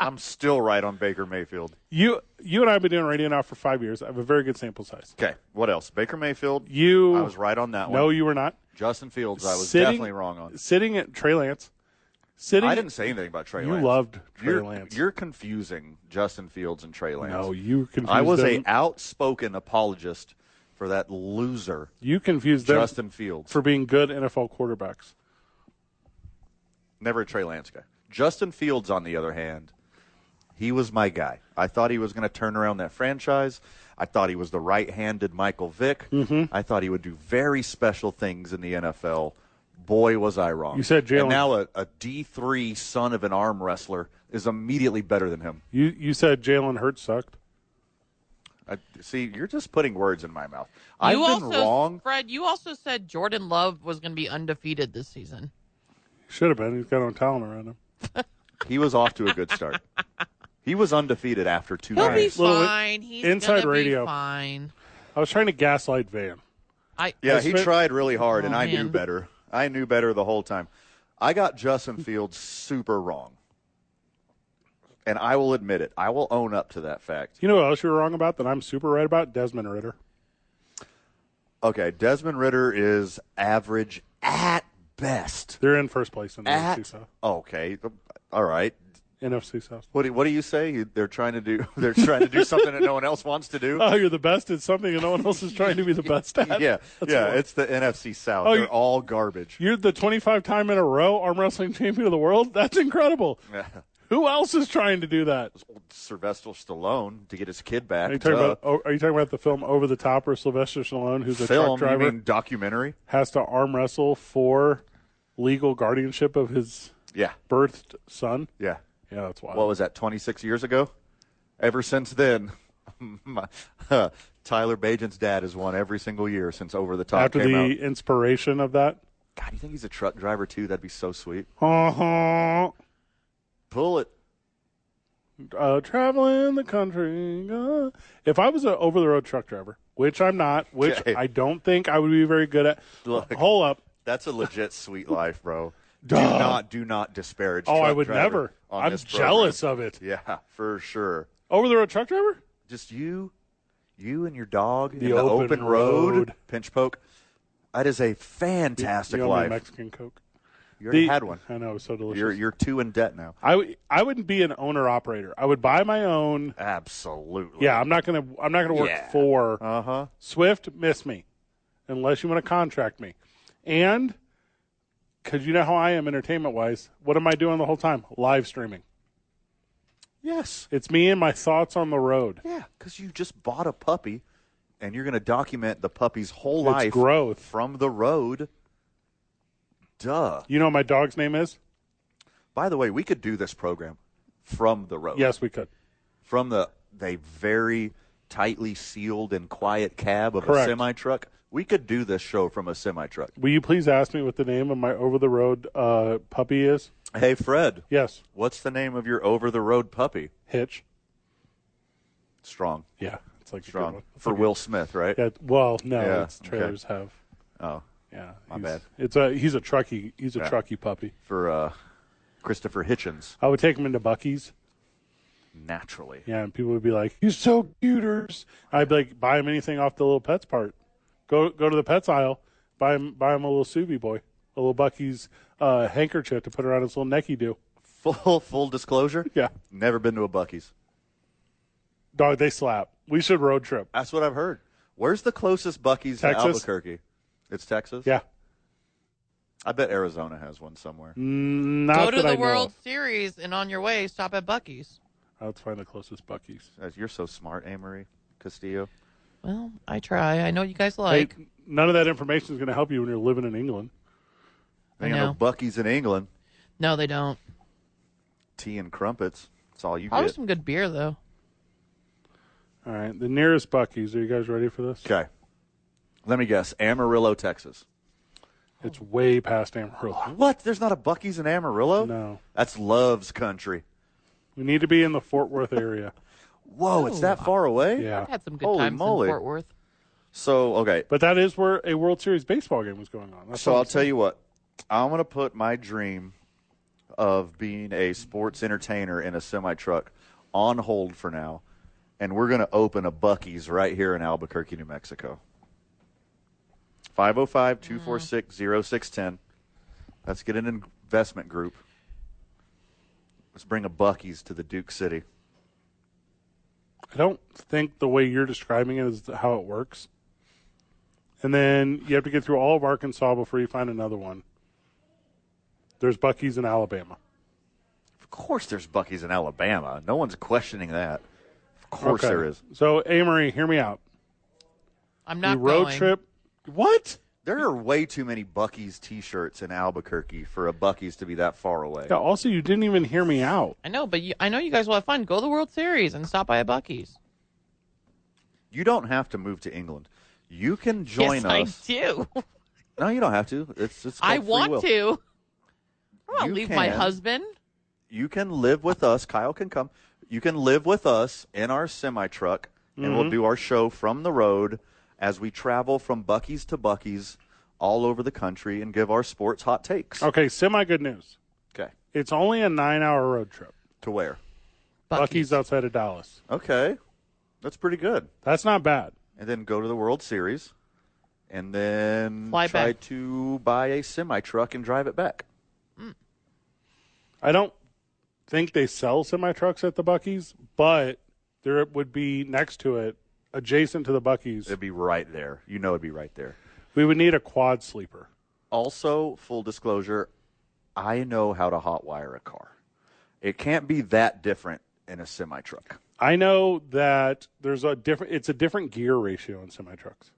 [SPEAKER 1] I'm still right on Baker Mayfield.
[SPEAKER 2] you you and I have been doing radio now for five years. I have a very good sample size.
[SPEAKER 1] Okay, what else? Baker Mayfield.
[SPEAKER 2] You
[SPEAKER 1] I was right on that
[SPEAKER 2] No,
[SPEAKER 1] one.
[SPEAKER 2] you were not.
[SPEAKER 1] Justin Fields. I was
[SPEAKER 2] Sitting-
[SPEAKER 1] definitely wrong on.
[SPEAKER 2] Sitting at Trey Lance. Sitting.
[SPEAKER 1] I didn't say anything about Trey.
[SPEAKER 2] you
[SPEAKER 1] Lance.
[SPEAKER 2] loved Trey
[SPEAKER 1] you're,
[SPEAKER 2] Lance.
[SPEAKER 1] You're confusing Justin Fields and Trey Lance.
[SPEAKER 2] no, you confused.
[SPEAKER 1] I was
[SPEAKER 2] them.
[SPEAKER 1] a outspoken apologist for that loser,
[SPEAKER 2] You confused them
[SPEAKER 1] Justin Fields.
[SPEAKER 2] for being good NFL quarterbacks.
[SPEAKER 1] Never a Trey Lance guy. Justin Fields, on the other hand, he was my guy. I thought he was going to turn around that franchise. I thought he was the right-handed Michael Vick.
[SPEAKER 2] Mm-hmm.
[SPEAKER 1] I thought he would do very special things in the NFL. Boy, was I wrong.
[SPEAKER 2] You said Jalen-
[SPEAKER 1] And now a, a D3 son of an arm wrestler is immediately better than him.
[SPEAKER 2] You you said Jalen Hurts sucked.
[SPEAKER 1] I, see, you're just putting words in my mouth. I've
[SPEAKER 3] You
[SPEAKER 1] been
[SPEAKER 3] also,
[SPEAKER 1] wrong.
[SPEAKER 3] Fred. You also said Jordan Love was going to be undefeated this season.
[SPEAKER 2] Should have been. He's got on talent around him.
[SPEAKER 1] He was off to a good start. he was undefeated after two
[SPEAKER 3] He'll be
[SPEAKER 1] nights.
[SPEAKER 2] Little bit-
[SPEAKER 3] fine. He's
[SPEAKER 2] inside
[SPEAKER 3] gonna
[SPEAKER 2] radio.
[SPEAKER 3] Be fine.
[SPEAKER 2] I was trying to gaslight Van.
[SPEAKER 3] I
[SPEAKER 1] Yeah, he
[SPEAKER 2] That's fair.
[SPEAKER 1] tried really hard, and
[SPEAKER 3] Oh,
[SPEAKER 1] I knew
[SPEAKER 3] man.
[SPEAKER 1] better. I knew better the whole time. I got Justin Fields super wrong. And I will admit it. I will own up to that fact.
[SPEAKER 2] You know what else you were wrong about that I'm super right about? Desmond Ritter.
[SPEAKER 1] Okay, Desmond Ritter is average at best.
[SPEAKER 2] They're in first place in the NFC
[SPEAKER 1] At
[SPEAKER 2] South.
[SPEAKER 1] okay, all right.
[SPEAKER 2] NFC South.
[SPEAKER 1] What do, what do you say? You- They're trying to do. They're trying to do something that no one else wants to do.
[SPEAKER 2] Oh, you're the best at something and no one else is trying to be the best at.
[SPEAKER 1] Yeah,
[SPEAKER 2] That's
[SPEAKER 1] yeah.
[SPEAKER 2] horrible.
[SPEAKER 1] It's the NFC South.
[SPEAKER 2] Oh,
[SPEAKER 1] They're
[SPEAKER 2] you-
[SPEAKER 1] all garbage.
[SPEAKER 2] You're the 25 time in a row arm wrestling champion of the world. That's incredible. Who else is trying to do that?
[SPEAKER 1] Sylvester Stallone to get his kid back.
[SPEAKER 2] Are you talking
[SPEAKER 1] duh.
[SPEAKER 2] about? oh, Are you talking about the film Over the Top where Sylvester Stallone, who's a
[SPEAKER 1] film?
[SPEAKER 2] truck driver,
[SPEAKER 1] You mean documentary?
[SPEAKER 2] has to arm wrestle for legal guardianship of his
[SPEAKER 1] Yeah,
[SPEAKER 2] birthed son?
[SPEAKER 1] yeah.
[SPEAKER 2] Yeah, that's wild.
[SPEAKER 1] What was that? Twenty six years ago. Ever since then, my, Tyler Bajan's dad has won every single year since Over the Top
[SPEAKER 2] After
[SPEAKER 1] came
[SPEAKER 2] the
[SPEAKER 1] out.
[SPEAKER 2] inspiration of that,
[SPEAKER 1] God, you think he's a truck driver too? That'd be so sweet.
[SPEAKER 2] uh-huh.
[SPEAKER 1] Pull it.
[SPEAKER 2] uh, traveling the country. uh, if I was an over the road truck driver, which I'm not, which
[SPEAKER 1] Okay.
[SPEAKER 2] I don't think I would be very good at.
[SPEAKER 1] Look.
[SPEAKER 2] Hold up.
[SPEAKER 1] That's a legit sweet life, bro. Do
[SPEAKER 2] Duh.
[SPEAKER 1] not, do not disparage.
[SPEAKER 2] Oh, I
[SPEAKER 1] truck
[SPEAKER 2] would
[SPEAKER 1] driver
[SPEAKER 2] never.
[SPEAKER 1] on
[SPEAKER 2] I'm
[SPEAKER 1] this program.
[SPEAKER 2] jealous of it.
[SPEAKER 1] Yeah, for sure.
[SPEAKER 2] Over the road truck driver?
[SPEAKER 1] just you, you and your dog in the
[SPEAKER 2] open
[SPEAKER 1] open, road,
[SPEAKER 2] road.
[SPEAKER 1] pinch poke. That is a fantastic
[SPEAKER 2] you owe me
[SPEAKER 1] life.
[SPEAKER 2] Mexican Coke.
[SPEAKER 1] you already
[SPEAKER 2] The-
[SPEAKER 1] had one.
[SPEAKER 2] I know, it was so delicious.
[SPEAKER 1] You're you're two in debt now.
[SPEAKER 2] I w- I wouldn't be an owner operator. I would buy my own.
[SPEAKER 1] Absolutely.
[SPEAKER 2] Yeah, I'm not gonna I'm not gonna work
[SPEAKER 1] Yeah.
[SPEAKER 2] for
[SPEAKER 1] Uh huh.
[SPEAKER 2] Swift. Miss me, unless you want to contract me, and because you know how I am entertainment wise. What am I doing the whole time? Live streaming.
[SPEAKER 1] Yes.
[SPEAKER 2] It's me and my thoughts on the road.
[SPEAKER 1] Yeah, because you just bought a puppy, and you're going to document the puppy's whole life
[SPEAKER 2] It's growth.
[SPEAKER 1] from the road. Duh.
[SPEAKER 2] You know what my dog's name is?
[SPEAKER 1] By the way, we could do this program from the road.
[SPEAKER 2] Yes, we could.
[SPEAKER 1] From the they very tightly sealed and quiet cab of
[SPEAKER 2] Correct.
[SPEAKER 1] a semi truck. We could do this show from a semi truck.
[SPEAKER 2] Will you please ask me what the name of my over the road uh, puppy is?
[SPEAKER 1] Hey, Fred,
[SPEAKER 2] Yes,
[SPEAKER 1] what's the name of your over the road puppy?
[SPEAKER 2] Hitch.
[SPEAKER 1] Strong.
[SPEAKER 2] Yeah, it's like A good
[SPEAKER 1] Strong.
[SPEAKER 2] one. It's
[SPEAKER 1] For
[SPEAKER 2] like a-
[SPEAKER 1] Will Smith, right?
[SPEAKER 2] Yeah, well, no,
[SPEAKER 1] Yeah,
[SPEAKER 2] it's trailers have.
[SPEAKER 1] Oh,
[SPEAKER 2] Yeah,
[SPEAKER 1] My
[SPEAKER 2] he's-
[SPEAKER 1] bad.
[SPEAKER 2] It's a he's a trucky he's a
[SPEAKER 1] Yeah.
[SPEAKER 2] trucky puppy.
[SPEAKER 1] for uh, Christopher Hitchens.
[SPEAKER 2] I would take him into Bucky's.
[SPEAKER 1] naturally.
[SPEAKER 2] Yeah, and people would be like, "You're so cuters." I'd be like, "Buy him anything off the little pets part. Go go to the pets aisle. Buy him buy him a little Subi boy, a little Bucky's uh, handkerchief to put around his little necky do."
[SPEAKER 1] Full full disclosure.
[SPEAKER 2] Yeah,
[SPEAKER 1] Never been to a Bucky's.
[SPEAKER 2] dog, they slap. We should road trip.
[SPEAKER 1] That's what I've heard. Where's the closest Bucky's
[SPEAKER 2] Texas.
[SPEAKER 1] to Albuquerque? It's Texas.
[SPEAKER 2] Yeah,
[SPEAKER 1] I bet Arizona has one somewhere.
[SPEAKER 2] not
[SPEAKER 3] Go to
[SPEAKER 2] that
[SPEAKER 3] the
[SPEAKER 2] I know
[SPEAKER 3] World
[SPEAKER 2] of.
[SPEAKER 3] Series and on your way, stop at Bucky's.
[SPEAKER 2] I'll have to find the closest Bucky's.
[SPEAKER 1] Uh, You're so smart, Amory Castillo.
[SPEAKER 3] Well, I try. I know what you guys
[SPEAKER 2] Hey,
[SPEAKER 3] like.
[SPEAKER 2] none of that information is going to help you when you're living in England.
[SPEAKER 1] They ain't no
[SPEAKER 3] know.
[SPEAKER 1] Bucky's in England.
[SPEAKER 3] no, they don't.
[SPEAKER 1] Tea and crumpets. That's all you
[SPEAKER 3] Probably
[SPEAKER 1] get.
[SPEAKER 3] some good beer though.
[SPEAKER 2] All right, the nearest Bucky's. Are you guys ready for this?
[SPEAKER 1] Okay. Let me guess. Amarillo, Texas.
[SPEAKER 2] It's way past Amarillo.
[SPEAKER 1] What? There's not a Bucky's in Amarillo?
[SPEAKER 2] No.
[SPEAKER 1] That's Love's country.
[SPEAKER 2] We need to be in the Fort Worth area.
[SPEAKER 1] Whoa, it's that far away?
[SPEAKER 2] Yeah,
[SPEAKER 3] I've had some good
[SPEAKER 1] Holy
[SPEAKER 3] times
[SPEAKER 1] moly.
[SPEAKER 3] in Fort Worth.
[SPEAKER 1] So, okay.
[SPEAKER 2] but that is where a World Series baseball game was going on. That's
[SPEAKER 1] So
[SPEAKER 2] what
[SPEAKER 1] I'll
[SPEAKER 2] I'm
[SPEAKER 1] tell you what. I'm going to put my dream of being a sports entertainer in a semi truck on hold for now. And we're going to open a Bucky's right here in Albuquerque, New Mexico. 505 246 0610. Let's get an investment group. Let's bring a Bucky's to the Duke City.
[SPEAKER 2] I don't think the way you're describing it is how it works. And then you have to get through all of Arkansas before you find another one. There's Bucky's in Alabama.
[SPEAKER 1] Of course, there's Bucky's in Alabama. No one's questioning that. Of course,
[SPEAKER 2] Okay.
[SPEAKER 1] there is.
[SPEAKER 2] So, Amory, hear me out.
[SPEAKER 3] I'm not
[SPEAKER 2] you road
[SPEAKER 3] going.
[SPEAKER 2] trip. What?
[SPEAKER 1] There are way too many Bucky's T-shirts in Albuquerque for a Bucky's to be that far away.
[SPEAKER 2] Yeah, also, you didn't even hear me out.
[SPEAKER 3] I know, but you, I know you guys will have fun. Go to the World Series and stop by a Bucky's.
[SPEAKER 1] You don't have to move to England. You can join
[SPEAKER 3] yes,
[SPEAKER 1] us.
[SPEAKER 3] I do.
[SPEAKER 1] No, you don't have to. It's it's.
[SPEAKER 3] I
[SPEAKER 1] called free
[SPEAKER 3] want
[SPEAKER 1] will.
[SPEAKER 3] to. I want
[SPEAKER 1] You
[SPEAKER 3] to leave my
[SPEAKER 1] can.
[SPEAKER 3] husband.
[SPEAKER 1] You can live with us. Kyle can come. You can live with us in our semi truck, and
[SPEAKER 2] Mm-hmm.
[SPEAKER 1] we'll do our show from the road as we travel from Bucky's to Bucky's all over the country and give our sports hot takes.
[SPEAKER 2] Okay, semi good news.
[SPEAKER 1] Okay.
[SPEAKER 2] It's only a nine hour road trip.
[SPEAKER 1] To where?
[SPEAKER 2] Bucky's outside of Dallas.
[SPEAKER 1] Okay, that's pretty good.
[SPEAKER 2] That's not bad.
[SPEAKER 1] and then go to the World Series, and then
[SPEAKER 3] Fly
[SPEAKER 1] try
[SPEAKER 3] back.
[SPEAKER 1] to buy a semi truck and drive it back.
[SPEAKER 2] I don't think they sell semi trucks at the Bucky's, but there would be next to it, adjacent to the Bucky's.
[SPEAKER 1] It'd be right there. You know, it'd be right there.
[SPEAKER 2] We would need a quad sleeper.
[SPEAKER 1] Also, full disclosure, I know how to hotwire a car. It can't be that different in a semi truck.
[SPEAKER 2] I know that there's a different. It's a different gear ratio in semi trucks.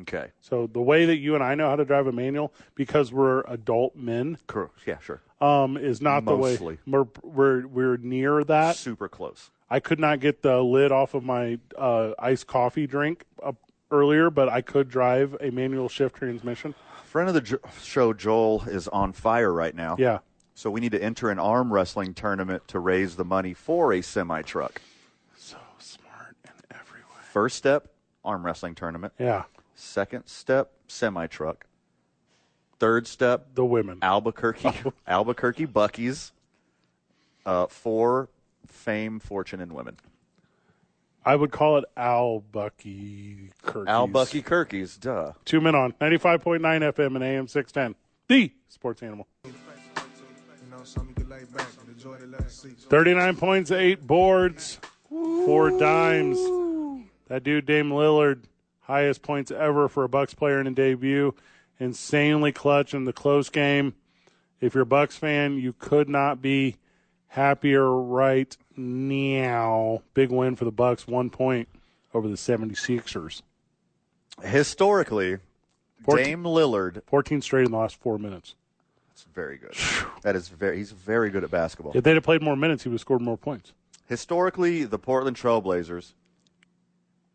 [SPEAKER 1] Okay.
[SPEAKER 2] So the way that you and I know how to drive a manual, because we're adult men,
[SPEAKER 1] Cool. Yeah, sure.
[SPEAKER 2] um, is not the way
[SPEAKER 1] Mostly.
[SPEAKER 2] we're we're we're near that.
[SPEAKER 1] Super close.
[SPEAKER 2] I could not get the lid off of my uh, iced coffee drink up earlier, but I could drive a manual shift transmission.
[SPEAKER 1] Friend of the jo- show, Joel, is on fire right now.
[SPEAKER 2] Yeah,
[SPEAKER 1] So we need to enter an arm wrestling tournament to raise the money for a semi truck.
[SPEAKER 2] so Oh, smart in every way.
[SPEAKER 1] First step, arm wrestling tournament.
[SPEAKER 2] Yeah,
[SPEAKER 1] Second step, semi truck. Third step,
[SPEAKER 2] the women.
[SPEAKER 1] Albuquerque, Albuquerque Buckies. Uh, for fame, fortune, and women.
[SPEAKER 2] I would call it Al Bucky Kirk.
[SPEAKER 1] Al Bucky Kirkies, duh.
[SPEAKER 2] Two men on 95.9 FM and AM 610. The sports animal. 39 points, eight boards, four dimes. That dude, Dame Lillard, highest points ever for a Bucks player in a debut. Insanely clutch in the close game. If you're a Bucks fan, you could not be happier right now. Big win for the Bucks, one point over the 76ers.
[SPEAKER 1] Historically,
[SPEAKER 2] Fourteen-
[SPEAKER 1] Dame Lillard.
[SPEAKER 2] 14 straight in the last four minutes.
[SPEAKER 1] That's very good. That is very. He's very good at basketball.
[SPEAKER 2] If they'd have played more minutes, he would have scored more points.
[SPEAKER 1] Historically, the Portland Trailblazers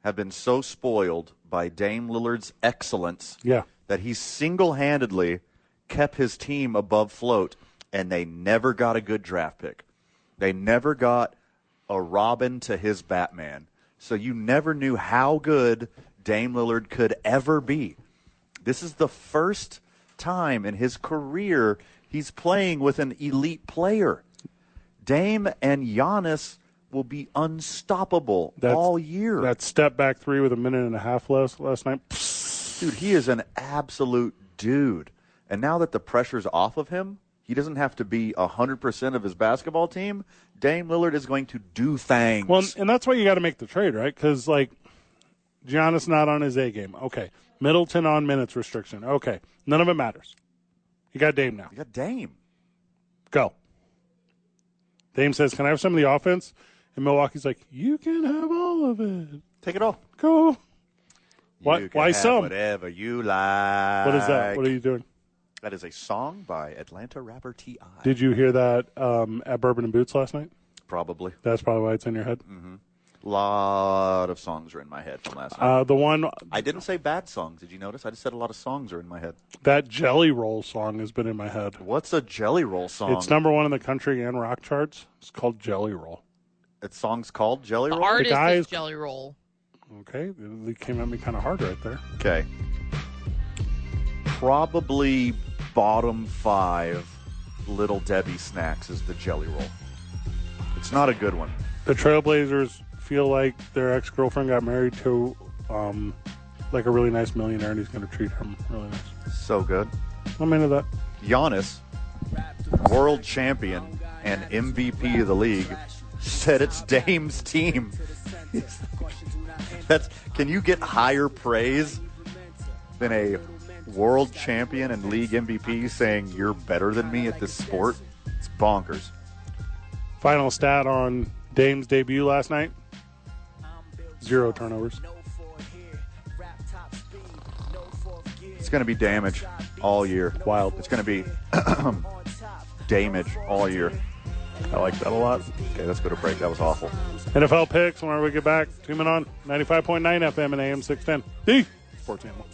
[SPEAKER 1] have been so spoiled by Dame Lillard's excellence
[SPEAKER 2] Yeah.
[SPEAKER 1] that he single handedly kept his team above float, and they never got a good draft pick. They never got a Robin to his Batman. So you never knew how good Dame Lillard could ever be. This is the first time in his career he's playing with an elite player. Dame and Giannis will be unstoppable
[SPEAKER 2] That's-
[SPEAKER 1] all year.
[SPEAKER 2] That step back three with a minute and a half left last night.
[SPEAKER 1] Dude, he is an absolute dude. And now that the pressure's off of him, he doesn't have to be 100% of his basketball team. Dame Lillard is going to do things.
[SPEAKER 2] Well, and that's why you got to make the trade, right? Because like, Giannis not on his A game. Okay, Middleton on minutes restriction. Okay, none of it matters. You got Dame now.
[SPEAKER 1] you got Dame.
[SPEAKER 2] Go. Dame says, "Can I have some of the offense?" And Milwaukee's like, "You can have all of it.
[SPEAKER 1] Take it all.
[SPEAKER 2] Go." Why?
[SPEAKER 1] You can
[SPEAKER 2] why
[SPEAKER 1] have
[SPEAKER 2] some?
[SPEAKER 1] Whatever you like.
[SPEAKER 2] What is that? What are you doing?
[SPEAKER 1] That is a song by Atlanta rapper T.I.
[SPEAKER 2] Did you hear that um, at Bourbon and Boots last night?
[SPEAKER 1] Probably.
[SPEAKER 2] That's probably why it's in your head.
[SPEAKER 1] A lot of songs are in my head from last night.
[SPEAKER 2] Uh, the one
[SPEAKER 1] I didn't say bad songs. Did you notice? I just said a lot of songs are in my head.
[SPEAKER 2] that Jelly Roll song has been in my head.
[SPEAKER 1] What's a Jelly Roll song?
[SPEAKER 2] It's number one in the country and rock charts. It's called Jelly Roll.
[SPEAKER 1] It's songs called Jelly
[SPEAKER 3] The
[SPEAKER 1] Roll?
[SPEAKER 3] artist
[SPEAKER 2] guy
[SPEAKER 3] is
[SPEAKER 2] is-
[SPEAKER 3] Jelly Roll.
[SPEAKER 2] Okay, they came at me kind of hard right there.
[SPEAKER 1] Okay. Probably bottom five Little Debbie snacks is the jelly roll. It's not a good one.
[SPEAKER 2] The Trailblazers feel like their ex girlfriend got married to um, like a really nice millionaire, and he's going to treat him really nice.
[SPEAKER 1] So good.
[SPEAKER 2] I'm into that.
[SPEAKER 1] Giannis, world champion and MVP of the league, said it's Dame's team. That's can you get higher praise than a world champion and league MVP saying you're better than me at this sport? It's bonkers.
[SPEAKER 2] Final stat on Dame's debut last night: zero turnovers.
[SPEAKER 1] It's going to be damage all year.
[SPEAKER 2] Wild.
[SPEAKER 1] It's going to be damage all year. I like that a lot. Okay, let's go to break. That was awful.
[SPEAKER 2] NFL picks. Whenever we get back, tune in on 95.9 FM and AM 610. The Sports Animal.